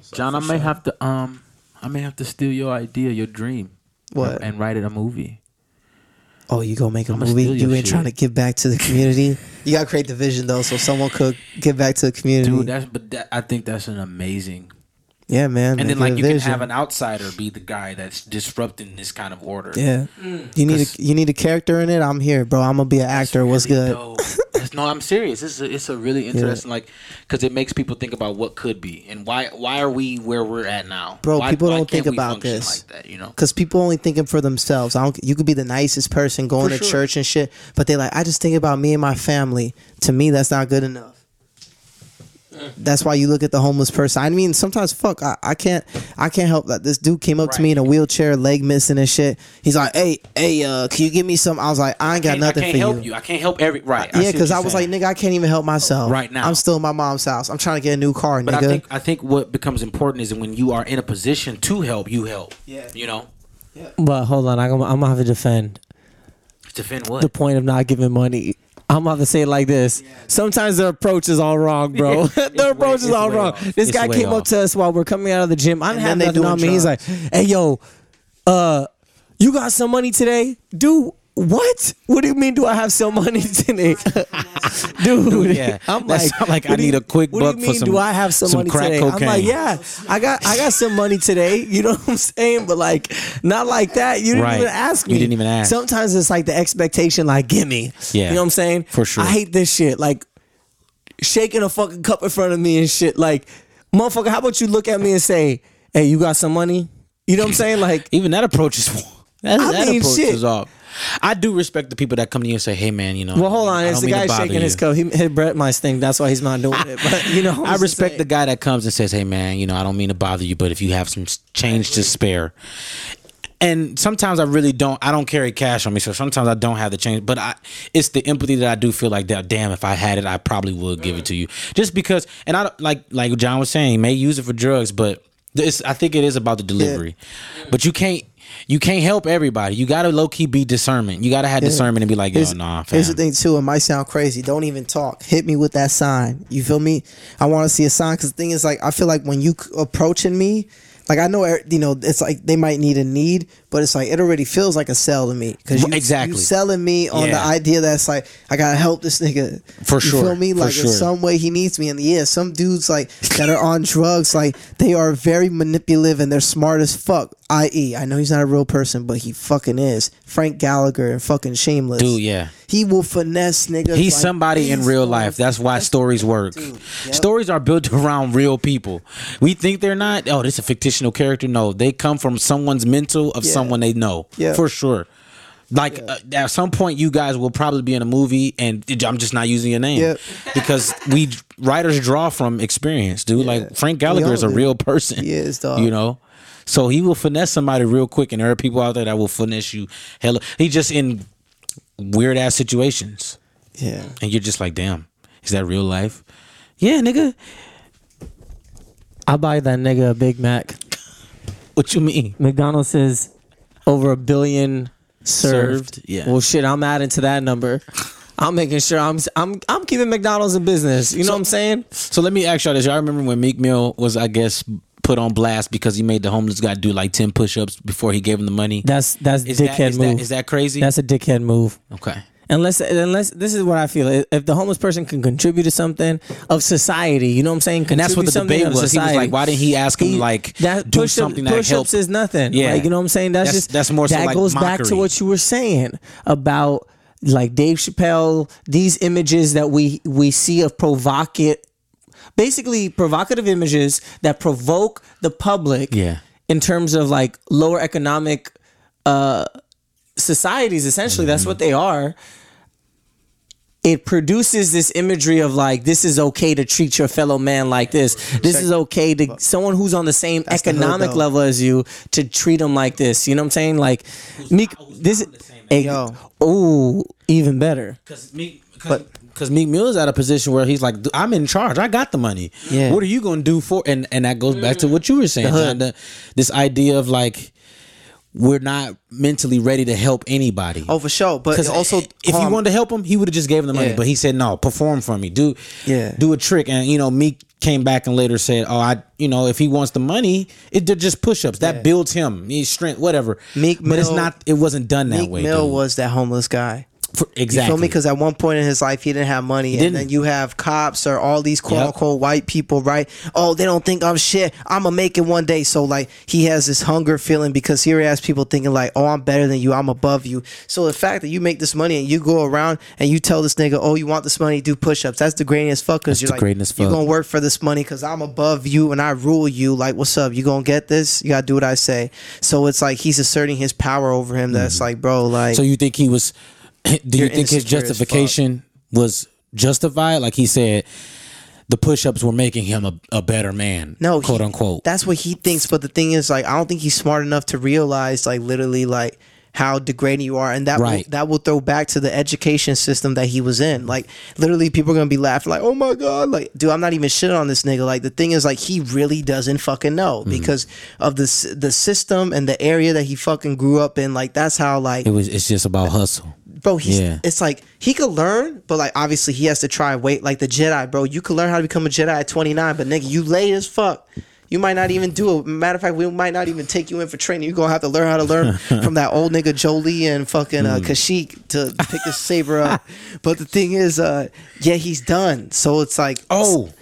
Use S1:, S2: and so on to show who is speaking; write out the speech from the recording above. S1: So John, I may have to um, I may have to steal your idea, your dream,
S2: What?
S1: and, and write it a movie.
S2: Oh, you gonna make a
S1: I'ma
S2: movie?
S1: steal
S2: You
S1: your
S2: ain't
S1: shit.
S2: trying to give back to the community. you gotta create the vision though, so someone could give back to the community.
S1: Dude, that's but that, I think that's an amazing.
S2: yeah,
S1: And
S2: man. make
S1: then
S2: it
S1: like
S2: a
S1: you can
S2: vision.
S1: have an outsider be the guy that's disrupting this kind of order.
S2: yeah. You need a you need a character in it. I'm here, bro. I'm gonna be an actor. What's
S1: really
S2: good?
S1: dope. That's- no, I'm serious. It's a, it's a really interesting like because it makes people think about what could be and why why are we where we're at now,
S2: Bro,
S1: Why-
S2: people
S1: why
S2: don't
S1: can't
S2: think
S1: we
S2: about
S1: function
S2: this.
S1: Like that, you know.
S2: Because people only thinking for themselves. I don't. You could be the nicest person going
S1: For
S2: to
S1: sure.
S2: church and shit, but they like I just think about me and my family. To me, that's not good enough.
S1: Mm.
S2: That's why you look at the homeless person. I mean, sometimes fuck, I, I can't, I can't help that. This dude came up to me in a wheelchair, leg missing and shit. He's like, "Hey, hey, uh, can you give me some?" I was like, "I ain't got
S1: I
S2: nothing
S1: can't
S2: for
S1: help you. I can't help every right.
S2: yeah, because I was like, nigga, I can't even help myself
S1: Right now.
S2: I'm still in my mom's house. I'm trying to get a new car,
S1: But
S2: nigga.
S1: I think I think what becomes important is when you are in a position to help, you help.
S2: Yeah.
S1: You know,
S3: But hold on, I'm gonna, I'm gonna have to defend
S1: defend what?
S3: the point of not giving money. I'm about to say it like this. Sometimes their approach is all wrong, bro.
S1: It's way-
S3: their approach is
S1: it's
S3: all
S1: way
S3: wrong.
S1: off.
S3: This
S1: It's
S3: guy
S1: way
S3: came
S1: off.
S3: up to us while we're coming out of the gym. I'm
S2: And then
S3: having
S2: they
S3: nothing on
S2: doing
S3: me. He's like, "Hey, yo, uh, you got some money today, dude." What? What do you mean? Do I have some money today, dude?
S4: yeah.
S3: I'm
S4: That
S3: like,
S4: sound like I
S3: what do
S4: need
S3: you-
S4: a quick
S3: what do you
S4: buck for
S3: mean,
S4: some-
S3: Do I have some,
S4: some
S3: money
S4: crack
S3: today? I'm like,
S4: cocaine.
S3: yeah, I got, I got some money today. You know what I'm saying? But like, not like that. You didn't
S4: Right.
S3: even ask me.
S4: You didn't even ask.
S3: Some- sometimes it's like the expectation, like, give me.
S4: Yeah.
S3: You know what I'm saying?
S4: For sure.
S3: I hate this shit. Like, shaking a fucking cup in front of me and shit. Like, motherfucker, how about you look at me and say, hey, you got some money? You know what I'm saying? Like,
S4: Even that approach is that,
S3: I
S4: that
S3: mean,
S4: approach
S3: shit.
S4: is off. I do respect the people that come to you and say, "Hey, man, you know."
S3: well, hold on.
S4: I
S3: It's
S4: don't
S3: the
S4: mean to
S3: guy
S4: bother
S3: shaking his
S4: you.
S3: cup. He hit Brett my thing. That's why he's not doing it. But, you know,
S4: I respect the guy that comes and says, "Hey, man, you know, I don't mean to bother you, but if you have some s- change to spare." And sometimes I really don't. I don't carry cash on me, so sometimes I don't have the change. But I, it's the empathy that I do feel like that. Damn, if I had it, I probably would give it to you, just because. And I don't- like like John was saying, he may use it for drugs, but this I think it is about the delivery. But you can't. You can't help everybody. You gotta low key be discernment. You gotta have discernment and be like, yo,
S2: Here's-
S4: nah, fam.
S2: Here's the thing too. It might sound crazy. Don't even talk. Hit me with that sign. You feel me? I want to see a sign because the thing is, like, I feel like when you c- approaching me, like, I know er- you know it's like they might need a need, but it's like it already feels like a sell to me because you,
S4: Right, exactly.
S2: you selling me on the
S4: Yeah.
S2: idea that's like I gotta help this nigga
S4: For
S2: You
S4: sure.
S2: feel me?
S4: For
S2: Like in
S4: sure.
S2: some way he needs me, and yeah, some dudes like that are on drugs, like they are very manipulative and they're smart as fuck. I.e., I know he's not a real person, but he fucking is. Frank Gallagher and fucking Shameless.
S4: Dude, yeah.
S2: He will finesse niggas.
S4: He's
S2: like
S4: somebody in
S2: these
S4: real
S2: stories.
S4: life. That's why stories work.
S2: yep.
S4: Stories are built around real people. We think they're not. Oh, this is a fictional character. No, they come from someone's mental of
S2: Yeah.
S4: someone they know
S2: Yeah.
S4: for sure. Like uh, at some point, you guys will probably be in a movie, and it- I'm just not using your name
S2: Yep.
S4: because we writers draw from experience, dude. Like Frank Gallagher
S2: all
S4: is a
S2: do.
S4: real person.
S2: He is, dog.
S4: You know. So he will finesse somebody real quick, and there are people out there that will finesse you. Hella, he just in weird ass situations.
S2: Yeah.
S4: And you're just like, damn, is that real life? Yeah, nigga.
S3: I buy that nigga a Big Mac.
S4: What you mean?
S3: McDonald's says over a billion served.
S4: Served, yeah.
S3: Well, shit, I'm adding to that number. I'm making sure I'm I'm I'm keeping McDonald's in business. You know what I'm saying?
S4: So let me ask y'all this. Y'all remember when Meek Mill was, I guess, put on blast because he made the homeless guy do like 10 push ups before he gave him the money?
S3: That's that's
S4: Is
S3: dickhead
S4: that, is,
S3: move.
S4: that, is that crazy?
S3: that's a dickhead move.
S4: okay.
S3: Unless unless this is what I feel. If the homeless person can contribute to something of society, you know what I'm saying?
S4: And that's what
S3: Contribute
S4: the
S3: something
S4: debate
S3: of
S4: was. He was
S3: society.
S4: like, why didn't he ask him, like, do
S3: push-up-
S4: something that
S3: push-ups
S4: helped?
S3: is nothing.
S4: Yeah.
S3: Like, you know what I'm saying? That's,
S4: That's-
S3: just
S4: that's more so
S3: that
S4: like
S3: goes back to
S4: mockery.
S3: what you were saying about like Dave Chappelle. These images that we we see of provocative, basically provocative images that provoke the public.
S4: Yeah.
S3: In terms of like lower economic uh societies, essentially, that's what
S4: Mm-hmm.
S3: they are it produces this imagery of like this is okay to treat your fellow man like this. This is okay to someone who's on the same
S2: the hood,
S3: economic
S2: though.
S3: level as you to treat them like this. You know what I'm saying? Like, Meek, this is
S2: Yo.
S3: oh even better.
S4: Because Meek, because Meek Mill is at a position where he's like, I'm in charge. I got the money.
S2: Yeah.
S4: What are you gonna do for? And and that goes back to what you were saying, John, the- this idea of like, we're not mentally ready to help anybody.
S2: Oh, for sure. But um,
S4: Because
S2: also,
S4: if he
S2: hold on.
S4: wanted to help him, he would have just gave him the money.
S2: Yeah.
S4: But he said, "No, perform for me. Do
S2: Yeah.
S4: do a trick." And you know, Meek came back and later said, "Oh, I, you know, if he wants the money, it, they're just push-ups. That builds him, his strength, whatever."
S2: Meek
S4: but it's
S2: Mill-
S4: not. It wasn't done that
S2: Meek
S4: way.
S2: Mill
S4: dude.
S2: was that homeless guy.
S4: For-
S2: You
S4: exactly.
S2: feel me? Because at one point in his life, he didn't have money, and
S4: didn't.
S2: then you have cops or all these quote
S4: Yep.
S2: unquote white people, right? Oh, they don't think I'm shit. I'ma make it one day. So like, he has this hunger feeling because here he has people thinking like, oh, I'm better than you. I'm above you. So the fact that you make this money and you go around and you tell this nigga, oh, you want this money? Do push-ups. That's the greatest fuck. Cause
S4: That's
S2: you're
S4: the
S2: like,
S4: greatest
S2: you
S4: fuck.
S2: gonna work for this money because I'm above you and I rule you. Like, what's up? You gonna get this? You gotta do what I say. So it's like he's asserting his power over him. That's like, bro, like.
S4: Mm-hmm. So you think he was? Do you
S2: You're
S4: think his
S2: insecure as fuck.
S4: justification was justified? Like he said, the push-ups were making him a, a better man.
S2: no he-
S4: quote unquote.
S2: that's what he thinks but the thing is like i don't think he's smart enough to realize like literally like how degrading you are and that
S4: Right.
S2: will, that will throw back to the education system that he was in like literally people are gonna be laughing like oh my god like dude i'm not even shit on this nigga like the thing is like he really doesn't fucking know because of the s- the system and the area that he fucking grew up in like that's how like
S4: it was. It's just about hustle.
S2: bro he's
S4: Yeah.
S2: it's like he could learn but like obviously he has to try and wait like the jedi bro you could learn how to become a jedi at 29 but nigga you late as fuck you might not even do it matter of fact we might not even take you in for training you're gonna have to learn how to learn from that old nigga jolie and fucking
S4: Mm.
S2: uh, kashyyyk to pick the saber up but the thing is uh yeah he's done so it's like
S4: Oh,